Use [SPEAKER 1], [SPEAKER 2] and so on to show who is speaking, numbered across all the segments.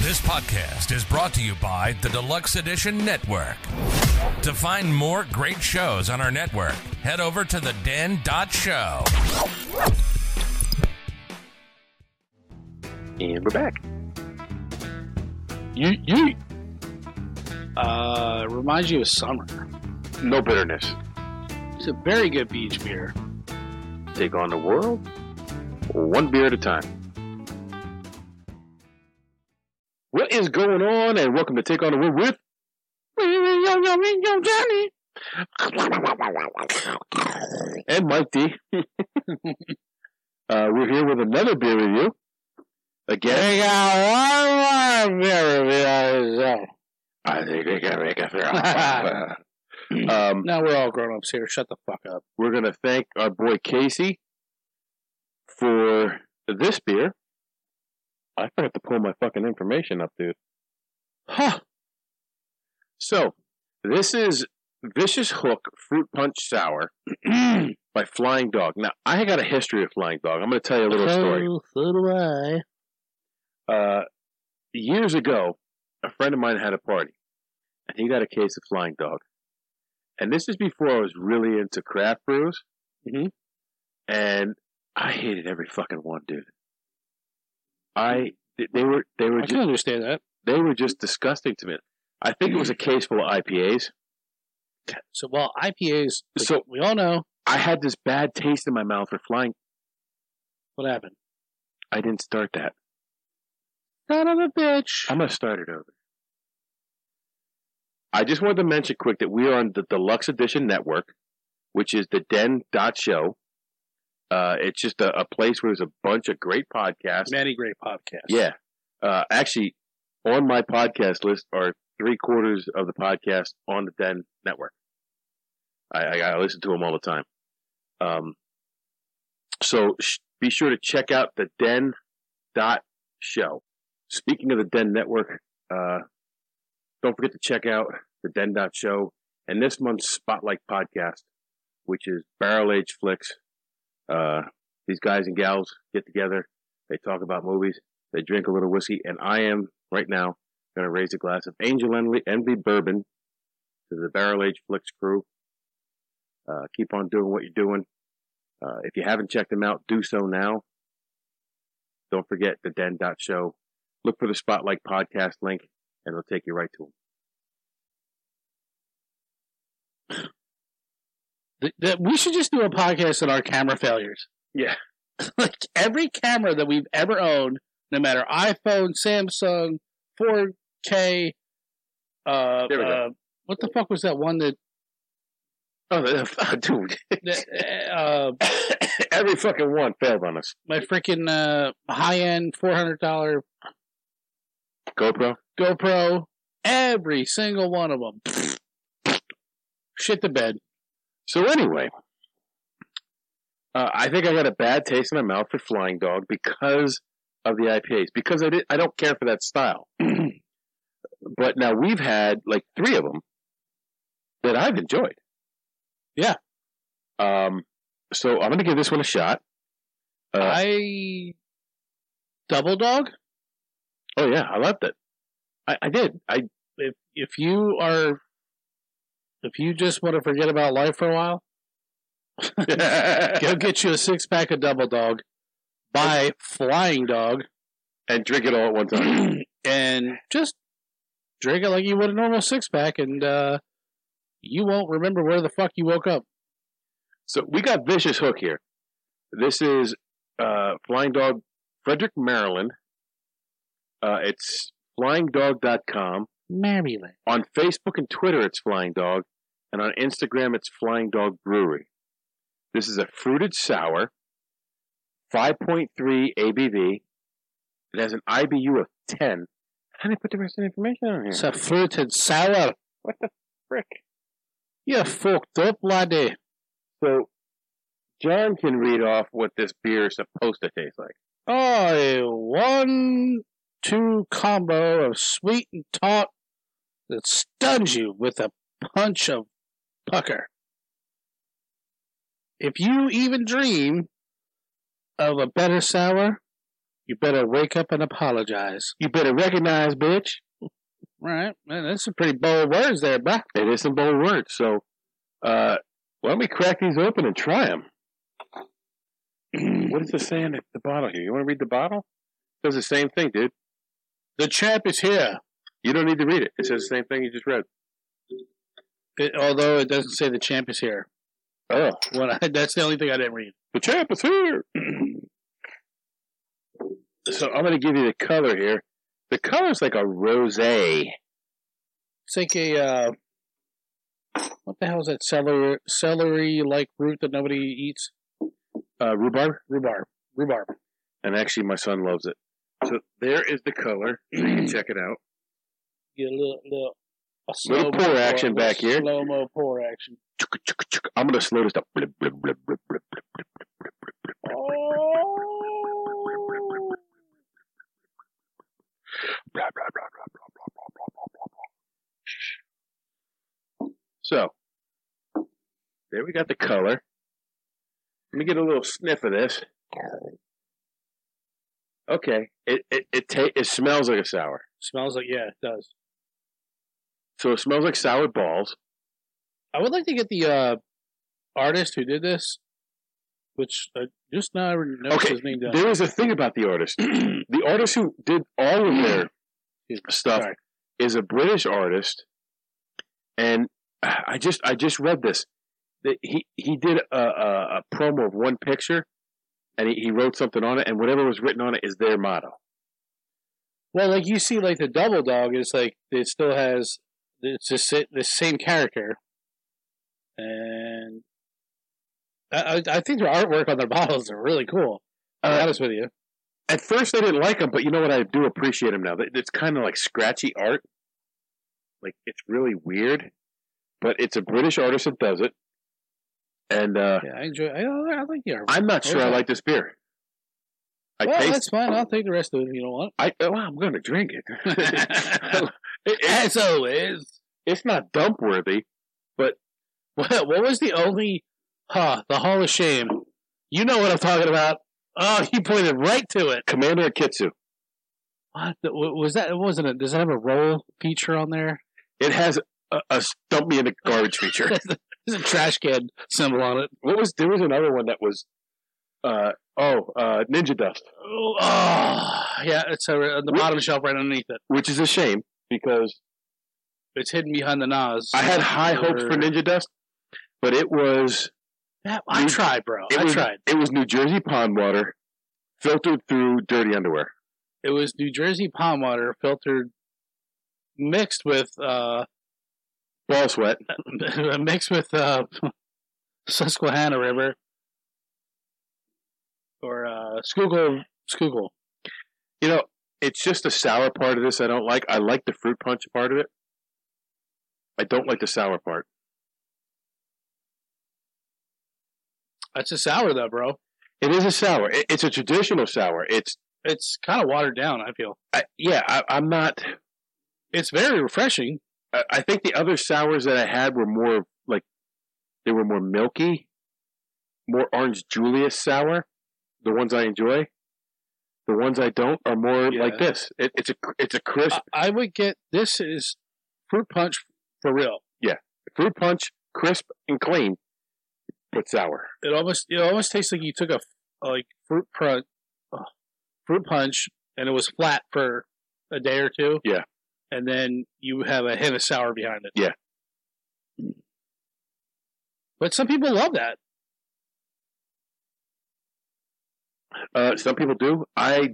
[SPEAKER 1] This podcast is brought to you by the Deluxe Edition Network. To find more great shows on our network, head over to the den.show.
[SPEAKER 2] And we're back.
[SPEAKER 3] Yeet, yeet. Uh, reminds you of summer.
[SPEAKER 2] No bitterness.
[SPEAKER 3] It's a very good beach beer.
[SPEAKER 2] Take on the world one beer at a time. What is going on? And welcome to Take on the World with Johnny and Mike D. uh, we're here with another beer review. Again,
[SPEAKER 4] We got one more beer review.
[SPEAKER 2] I think we can make a throw. um,
[SPEAKER 3] Now we're all grown ups here. Shut the fuck up.
[SPEAKER 2] we're going to thank our boy Casey for this beer. I forgot to pull my fucking information up, dude. Huh. So, this is Vicious Hook Fruit Punch Sour by Flying Dog. Now, I got a history of Flying Dog. I'm going to tell you a little story.
[SPEAKER 4] So, so do I.
[SPEAKER 2] Uh, years ago, a friend of mine had a party, and he got a case of Flying Dog. And this is before I was really into craft brews.
[SPEAKER 3] Mhm.
[SPEAKER 2] And I hated every fucking one, dude. I they- they were they were
[SPEAKER 3] I can
[SPEAKER 2] just,
[SPEAKER 3] understand that.
[SPEAKER 2] they were just disgusting to me. I think it was a case full of IPAs.
[SPEAKER 3] So, well, IPAs, like,
[SPEAKER 2] So-
[SPEAKER 3] we all know
[SPEAKER 2] I had this bad taste in my mouth for flying.
[SPEAKER 3] what happened.
[SPEAKER 2] I didn't start that.
[SPEAKER 3] Son of a bitch.
[SPEAKER 2] I'm gonna start it over. I just wanted to mention quick that we are on the Deluxe Edition Network, which is the Den dot Show. Uh, it's just a, a place where there's a bunch of great podcasts.
[SPEAKER 3] Many great podcasts.
[SPEAKER 2] Yeah. Uh, actually, on my podcast list are three quarters of the podcasts on the Den Network. I, I, I listen to them all the time. Um, so sh- be sure to check out the Den dot show. Speaking of the Den Network, uh, don't forget to check out the Den dot show and this month's Spotlight podcast, which is Barrel Age Flicks. Uh, these guys and gals get together. They talk about movies. They drink a little whiskey, and I am right now going to raise a glass of Angel Envy, Envy Bourbon to the Barrel Age Flicks crew. Uh, keep on doing what you're doing. Uh, if you haven't checked them out, do so now. Don't forget the Den Dot Show. Look for the Spotlight podcast link, and it'll take you right to them.
[SPEAKER 3] Th- that- we should just do a podcast on our camera failures.
[SPEAKER 2] Yeah.
[SPEAKER 3] like every camera that we've ever owned, no matter iPhone, Samsung, 4K, uh,
[SPEAKER 2] There we go.
[SPEAKER 3] uh what the fuck was that one that,
[SPEAKER 2] Oh, dude!
[SPEAKER 3] that uh,
[SPEAKER 2] Every fucking one failed on us.
[SPEAKER 3] my freaking uh, high end four hundred dollar
[SPEAKER 2] GoPro.
[SPEAKER 3] GoPro, every single one of them. Shit the bed.
[SPEAKER 2] So anyway, uh, I think I got a bad taste in my mouth for Flying Dog because of the IPAs. Because I did, I don't care for that style. but now we've had like three of them that I've enjoyed.
[SPEAKER 3] Yeah.
[SPEAKER 2] Um. So I'm going to give this one a shot. Uh,
[SPEAKER 3] I double dog.
[SPEAKER 2] oh yeah, I loved it. I, I did. I
[SPEAKER 3] If if you are, if you just want to forget about life for a while, go get you a six pack of double dog, buy flying dog,
[SPEAKER 2] and drink it all at one time.
[SPEAKER 3] and just drink it like you would a normal six pack, and uh, you won't remember where the fuck you woke up.
[SPEAKER 2] So we got Vicious Hook here. This is uh, Flying Dog Frederick, Maryland. Uh, it's flyingdog.com.
[SPEAKER 3] Maryland.
[SPEAKER 2] On Facebook and Twitter, it's Flying Dog. And on Instagram, it's Flying Dog Brewery. This is a fruited sour, 5.3 ABV. It has an IBU of 10. How did I put the rest of the information on here?
[SPEAKER 3] It's a fruited sour.
[SPEAKER 2] what the frick?
[SPEAKER 3] You fucked up, laddie.
[SPEAKER 2] So, John can read off what this beer is supposed to taste like.
[SPEAKER 3] Oh, a one two combo of sweet and taut that stuns you with a punch of pucker. If you even dream of a better sour, You better wake up and apologize.
[SPEAKER 2] You better recognize, bitch.
[SPEAKER 3] Right? Man, that's some pretty bold words there, bruh.
[SPEAKER 2] It is some bold words. So, uh, why don't we crack these open and try them? what does it say in the- the bottle here? You want to read the bottle? It says the same thing, dude.
[SPEAKER 3] The champ is here.
[SPEAKER 2] You don't need to read it. It says the same thing you just read.
[SPEAKER 3] It- although it doesn't say the champ is here.
[SPEAKER 2] Oh,
[SPEAKER 3] What I, that's the only thing I didn't read.
[SPEAKER 2] the champ is here. so I'm going to give you the color here. The color's like a rose.
[SPEAKER 3] It's like a uh, what the hell is that celery celery like root that nobody eats?
[SPEAKER 2] Uh, rhubarb?
[SPEAKER 3] Rhubarb. Rhubarb.
[SPEAKER 2] And actually, my son loves it. So there is the color. So you can check it out.
[SPEAKER 3] Get a little little a
[SPEAKER 2] Little
[SPEAKER 3] slow-mo
[SPEAKER 2] pour action back here.
[SPEAKER 3] Slow mo pour action.
[SPEAKER 2] Chugga, chugga, chugga. I'm going to slow this down. Blip, blip, blip, blip, blip, blip.
[SPEAKER 3] Oh.
[SPEAKER 2] Blah, blah, blah, blah, blah, blah, blah, blah, blah, blah, blah. Shh. So there we got the color. Let me get a little sniff of this. Okay, it it it, ta- it smells like a sour.
[SPEAKER 3] Smells like yeah, it does.
[SPEAKER 2] So it smells like sour balls.
[SPEAKER 3] I would like to get the uh, artist who did this, which I just now noticed
[SPEAKER 2] Okay,
[SPEAKER 3] his name down.
[SPEAKER 2] There is a thing about the artist. the artist who did all of their
[SPEAKER 3] Excuse
[SPEAKER 2] stuff
[SPEAKER 3] Sorry.
[SPEAKER 2] is a British artist, and I just I just read this. That he he did a, a, a promo of one picture, and he, he wrote something on it, and whatever was written on it is their motto.
[SPEAKER 3] Well, like you see, like the double dog is like it still has it's the, sa- the same character, and I, I I think their artwork on their bottles are really cool. To be
[SPEAKER 2] Uh,
[SPEAKER 3] honest with you,
[SPEAKER 2] At first, I didn't like him, but you know what? I do appreciate him now. It- It's kind of like scratchy art, like it's really weird, but it's a British artist that does it, and uh,
[SPEAKER 3] yeah, I enjoy. I, I like the artwork.
[SPEAKER 2] I'm not sure I
[SPEAKER 3] Okay.
[SPEAKER 2] like this beer. I
[SPEAKER 3] well,
[SPEAKER 2] taste.
[SPEAKER 3] that's fine. I'll take the rest of it if you don't want.
[SPEAKER 2] I well, I'm going to drink it. It- it-
[SPEAKER 3] As always.
[SPEAKER 2] it's not dump worthy.
[SPEAKER 3] What, what was the only? Huh, the Hall of Shame. You know what I'm talking about. Oh, he pointed right to it.
[SPEAKER 2] Commander Akitsu.
[SPEAKER 3] What the, wa- was that? It wasn't it? Does it have a roll feature on there?
[SPEAKER 2] It has a, a dump me in the garbage feature.
[SPEAKER 3] There's a trash can symbol on it.
[SPEAKER 2] what was there was another one that was uh oh uh Ninja Dust,
[SPEAKER 3] Oh, ah, yeah, it's over on the
[SPEAKER 2] Wh-
[SPEAKER 3] bottom shelf right underneath it.
[SPEAKER 2] which is a shame because
[SPEAKER 3] It's hidden behind the Nas.
[SPEAKER 2] I had high hopes for Ninja Dust, but it was
[SPEAKER 3] Yeah, I
[SPEAKER 2] It-
[SPEAKER 3] tried, bro.
[SPEAKER 2] it
[SPEAKER 3] I
[SPEAKER 2] was,
[SPEAKER 3] tried.
[SPEAKER 2] It was New Jersey pond water filtered through dirty underwear.
[SPEAKER 3] It was New Jersey palm water filtered, mixed with uh,
[SPEAKER 2] Ball sweat.
[SPEAKER 3] mixed with uh, Susquehanna River or uh, Schuylkill, Schuylkill.
[SPEAKER 2] You know, it's just the sour part of this I don't like. I like the fruit punch part of it. I don't like the sour part.
[SPEAKER 3] That's a sour though, bro.
[SPEAKER 2] It is a sour. It, it's a traditional sour. It's
[SPEAKER 3] It's kind of watered down. I feel
[SPEAKER 2] I, yeah. I, I'm not.
[SPEAKER 3] it's very refreshing.
[SPEAKER 2] I- I think the other sours that I had were more like they were more milky, more orange Julius sour. The ones I enjoy, the ones I don't are more
[SPEAKER 3] Yeah.
[SPEAKER 2] like this. It, it's a it's a crisp
[SPEAKER 3] I, I would get this is fruit punch for real.
[SPEAKER 2] fruit punch, crisp and clean, but sour.
[SPEAKER 3] It almost it almost tastes like you took a like fruit punch, fruit punch, and it was flat for a day or two.
[SPEAKER 2] Yeah.
[SPEAKER 3] and then you have a hint of sour behind it.
[SPEAKER 2] Yeah.
[SPEAKER 3] but some people love that.
[SPEAKER 2] Uh, some people do. I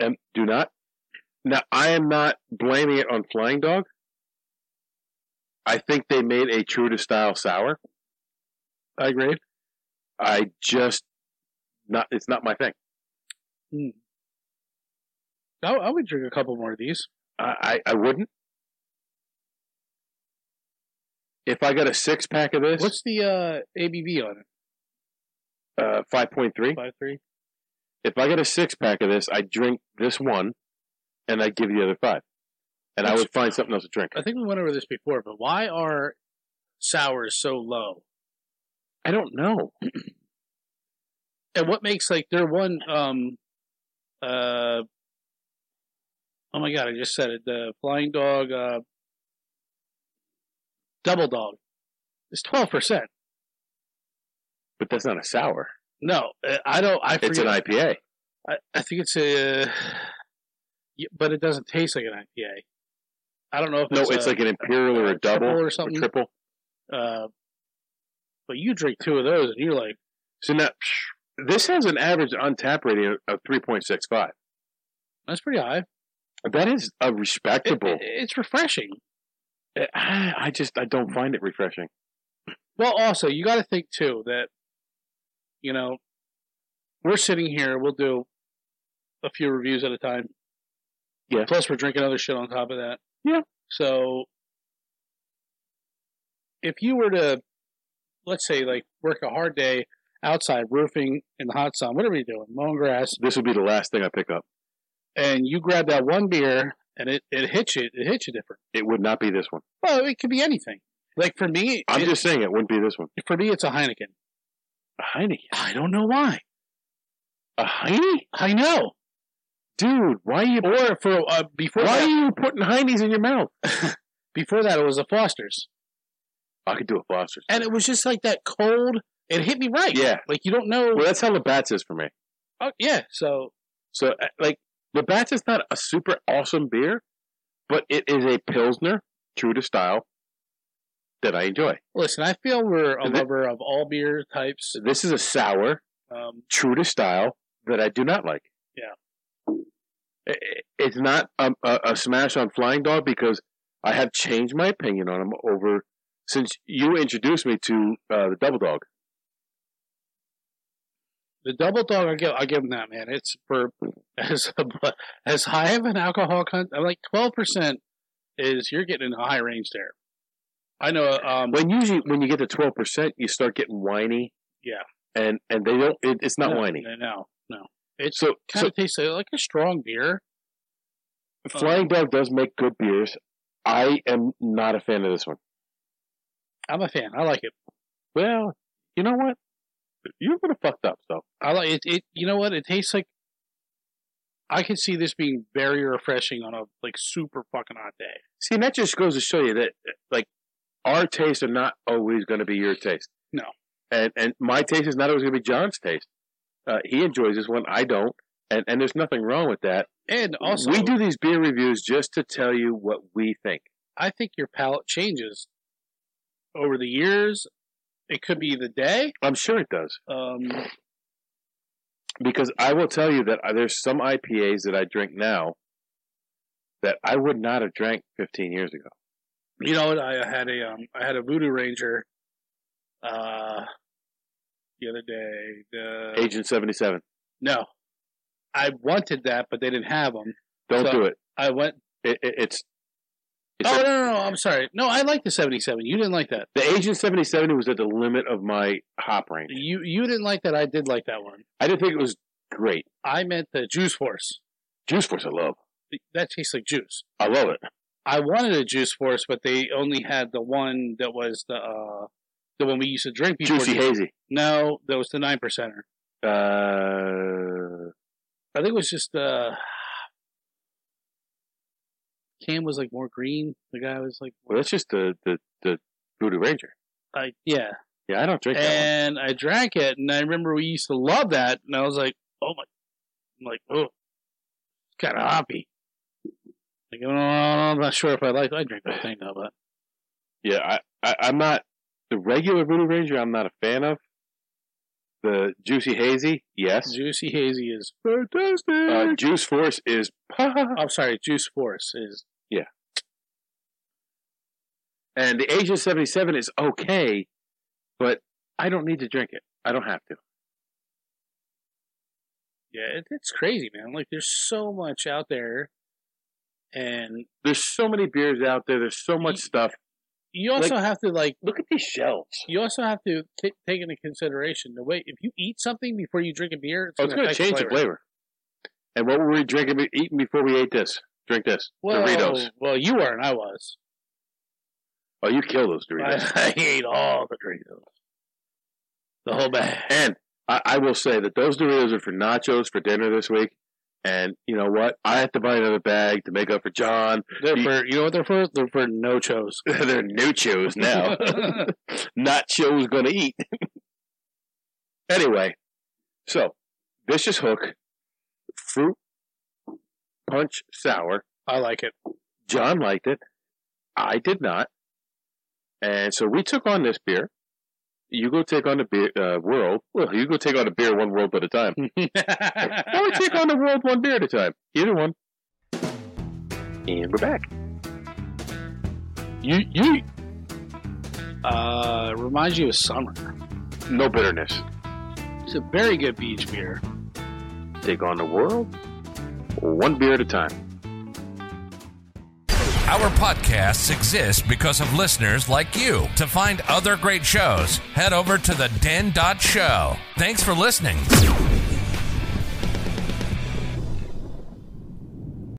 [SPEAKER 2] am do not. Now I am not blaming it on Flying Dog. I think they made a true to style sour.
[SPEAKER 3] I agree.
[SPEAKER 2] I just not. It's not my thing.
[SPEAKER 3] I, I would drink a couple more of these.
[SPEAKER 2] I, I I wouldn't. If I got a six pack of this,
[SPEAKER 3] What's the uh, ABV on it?
[SPEAKER 2] uh, five point three.
[SPEAKER 3] Five three.
[SPEAKER 2] If I got a six pack of this, I drink this one, and I give you the other five, and I
[SPEAKER 3] That's-
[SPEAKER 2] would find something else to drink.
[SPEAKER 3] I think we went over this before, but why are sours so low?
[SPEAKER 2] I don't know.
[SPEAKER 3] and what makes like their one um Uh, oh my god, I just said it. The flying dog, uh, double dog. It's twelve percent.
[SPEAKER 2] But that's not a sour.
[SPEAKER 3] No, uh, I don't. I
[SPEAKER 2] It's an
[SPEAKER 3] forget.
[SPEAKER 2] IPA.
[SPEAKER 3] I, I think it's a, yeah, but it doesn't taste like an IPA. I don't know if
[SPEAKER 2] No,
[SPEAKER 3] it's,
[SPEAKER 2] it's
[SPEAKER 3] a,
[SPEAKER 2] like an imperial or a double
[SPEAKER 3] triple or
[SPEAKER 2] or
[SPEAKER 3] something.
[SPEAKER 2] triple.
[SPEAKER 3] Uh, but you drink two of those and you're like,
[SPEAKER 2] So now this has an average on tap rating of three point six five.
[SPEAKER 3] that's pretty high.
[SPEAKER 2] That is a
[SPEAKER 3] It-
[SPEAKER 2] respectable.
[SPEAKER 3] it- it's refreshing.
[SPEAKER 2] I I just I don't find it refreshing.
[SPEAKER 3] Well, also you got to think too that you know we're sitting here. We'll do a few reviews at a time.
[SPEAKER 2] Yeah.
[SPEAKER 3] Plus, we're drinking other shit on top of that.
[SPEAKER 2] Yeah.
[SPEAKER 3] So, if you were to, let's say, like work a hard day outside roofing in the hot sun, whatever you're doing, mowing grass,
[SPEAKER 2] This would be the last thing I pick up.
[SPEAKER 3] and you grab that one beer and it it hits you, it hits you different.
[SPEAKER 2] It would not be this one.
[SPEAKER 3] Well, it could be anything. Like for me,
[SPEAKER 2] I'm
[SPEAKER 3] it-
[SPEAKER 2] just saying it wouldn't be this one.
[SPEAKER 3] for me, it's a Heineken.
[SPEAKER 2] A Heine.
[SPEAKER 3] I don't know why.
[SPEAKER 2] A Heine?
[SPEAKER 3] I know.
[SPEAKER 2] Dude, why are you
[SPEAKER 3] Or for uh, before
[SPEAKER 2] why are
[SPEAKER 3] that,
[SPEAKER 2] you putting Heinies in your mouth?
[SPEAKER 3] before that, it was the Fosters,
[SPEAKER 2] I could do a Foster's.
[SPEAKER 3] and it was just like that cold. It hit me right.
[SPEAKER 2] Yeah.
[SPEAKER 3] like you don't know.
[SPEAKER 2] Well, that's how Labatt's is for me.
[SPEAKER 3] Oh, yeah, so
[SPEAKER 2] So, uh, like, Labatt's is not a super awesome beer, but it is a Pilsner, true to style, that I enjoy.
[SPEAKER 3] listen, I feel we're a
[SPEAKER 2] Is it-
[SPEAKER 3] lover of all beer types.
[SPEAKER 2] This is a sour,
[SPEAKER 3] Um,
[SPEAKER 2] true to style, that I do not like.
[SPEAKER 3] Yeah.
[SPEAKER 2] I- I- It's not a, a, a smash on Flying Dog because I have changed my opinion on them over since you introduced me to uh, the Double Dog.
[SPEAKER 3] the double dog, I give, I give them that man. It's for as as high of an alcohol content. I'm like twelve percent is you're getting in the high range there. I know. Um,
[SPEAKER 2] When usually when you get to twelve percent, you start getting whiny.
[SPEAKER 3] Yeah.
[SPEAKER 2] and and they don't. It, it's not
[SPEAKER 3] no,
[SPEAKER 2] whiny.
[SPEAKER 3] No, no, no. It's
[SPEAKER 2] So
[SPEAKER 3] kind
[SPEAKER 2] so
[SPEAKER 3] of tastes like a strong beer.
[SPEAKER 2] Flying Dog does make good beers. I am not a fan of this one.
[SPEAKER 3] I'm a fan. I like it.
[SPEAKER 2] Well, you know what? You're gonna fucked up. So
[SPEAKER 3] I like it, it. You know what? It tastes like. I can see this being very refreshing on a like super fucking hot day.
[SPEAKER 2] see, and that just goes to show you that like our tastes are not always going to be your taste.
[SPEAKER 3] No.
[SPEAKER 2] and and my taste is not always going to be John's taste. Uh, he enjoys this one. I don't. And, and there's nothing wrong with that.
[SPEAKER 3] And also,
[SPEAKER 2] we do these beer reviews just to tell you what we think.
[SPEAKER 3] I think your palate changes over the years. It could be the day.
[SPEAKER 2] I'm sure it does.
[SPEAKER 3] Um,
[SPEAKER 2] because I will tell you that uh, there's some IPAs that I drink now that I would not have drank 15 years ago.
[SPEAKER 3] you know, what? I had a um, I had a Voodoo Ranger. Uh, the other day, the
[SPEAKER 2] Agent 77,
[SPEAKER 3] no, I wanted that, but they didn't have them.
[SPEAKER 2] don't
[SPEAKER 3] So-
[SPEAKER 2] do it.
[SPEAKER 3] I went.
[SPEAKER 2] it, it it's it's
[SPEAKER 3] Oh
[SPEAKER 2] a-
[SPEAKER 3] no, no, no! I'm sorry. No, I like the '77. You didn't like that.
[SPEAKER 2] the Agent 77 was at the limit of my hop range.
[SPEAKER 3] You you didn't like that. I did like that one.
[SPEAKER 2] I didn't think it was great.
[SPEAKER 3] I meant the Juice Force.
[SPEAKER 2] Juice Force, I love.
[SPEAKER 3] That tastes like juice.
[SPEAKER 2] I love it.
[SPEAKER 3] I wanted a Juice Force, but they only had the one that was the uh, the one we used to drink before.
[SPEAKER 2] Juicy
[SPEAKER 3] the-
[SPEAKER 2] hazy.
[SPEAKER 3] No, that was the nine percenter.
[SPEAKER 2] Uh,
[SPEAKER 3] I think it was just uh, Cam was like more green. The guy was like,
[SPEAKER 2] well, that's just the the the Voodoo Ranger.
[SPEAKER 3] I, yeah.
[SPEAKER 2] Yeah, I don't drink that one.
[SPEAKER 3] And I drank it, and I remember we used to love that, and I was like, oh my, I'm like, oh, it's kind of hoppy. Like, oh, I'm not sure if I like. I drink that thing though, but
[SPEAKER 2] Yeah, I, I I'm not the regular Voodoo Ranger. I'm not a fan of the Juicy Hazy. Yes,
[SPEAKER 3] Juicy Hazy is.
[SPEAKER 2] Fantastic. Uh, Juice Force is
[SPEAKER 3] I'm Oh, sorry, Juice Force is.
[SPEAKER 2] and the Agent seventy seven is okay, but I don't need to drink it. I don't have to.
[SPEAKER 3] Yeah, it, it's crazy, man. Like, there's so much out there, and
[SPEAKER 2] There's so many beers out there. There's so much stuff.
[SPEAKER 3] you also have to like.
[SPEAKER 2] Look at these shelves.
[SPEAKER 3] You also have to t- take into consideration the way if you eat something before you drink a beer, it's
[SPEAKER 2] Oh, it's
[SPEAKER 3] going
[SPEAKER 2] going to
[SPEAKER 3] to
[SPEAKER 2] change the flavor. And what were we drinking, eating before we ate this? Drink this.
[SPEAKER 3] Well,
[SPEAKER 2] Doritos.
[SPEAKER 3] well, you weren't. I was.
[SPEAKER 2] Oh, you kill those Doritos.
[SPEAKER 3] I, I ate all the Doritos. The whole bag.
[SPEAKER 2] and I, I will say that those Doritos are for nachos for dinner this week, And you know what? I have to buy another bag to make up for John.
[SPEAKER 3] They're
[SPEAKER 2] Ye-
[SPEAKER 3] for you know what they're for? They're for no-chos.
[SPEAKER 2] They're nachos now. Not Joe's gonna eat. anyway, so vicious hook, fruit punch sour.
[SPEAKER 3] I like it.
[SPEAKER 2] John liked it. I did not. And so we took on this beer. You go take on the beer uh, world. Well, you go take on the beer one world at a time. Or we take on the world one beer at a time. Either one. And we're back. You you
[SPEAKER 3] uh, reminds you of summer.
[SPEAKER 2] no bitterness.
[SPEAKER 3] It's a very good beach beer.
[SPEAKER 2] Take on the world one beer at a time.
[SPEAKER 1] Our podcasts exist because of listeners like you. To find other great shows, head over to the den.show. Thanks for listening.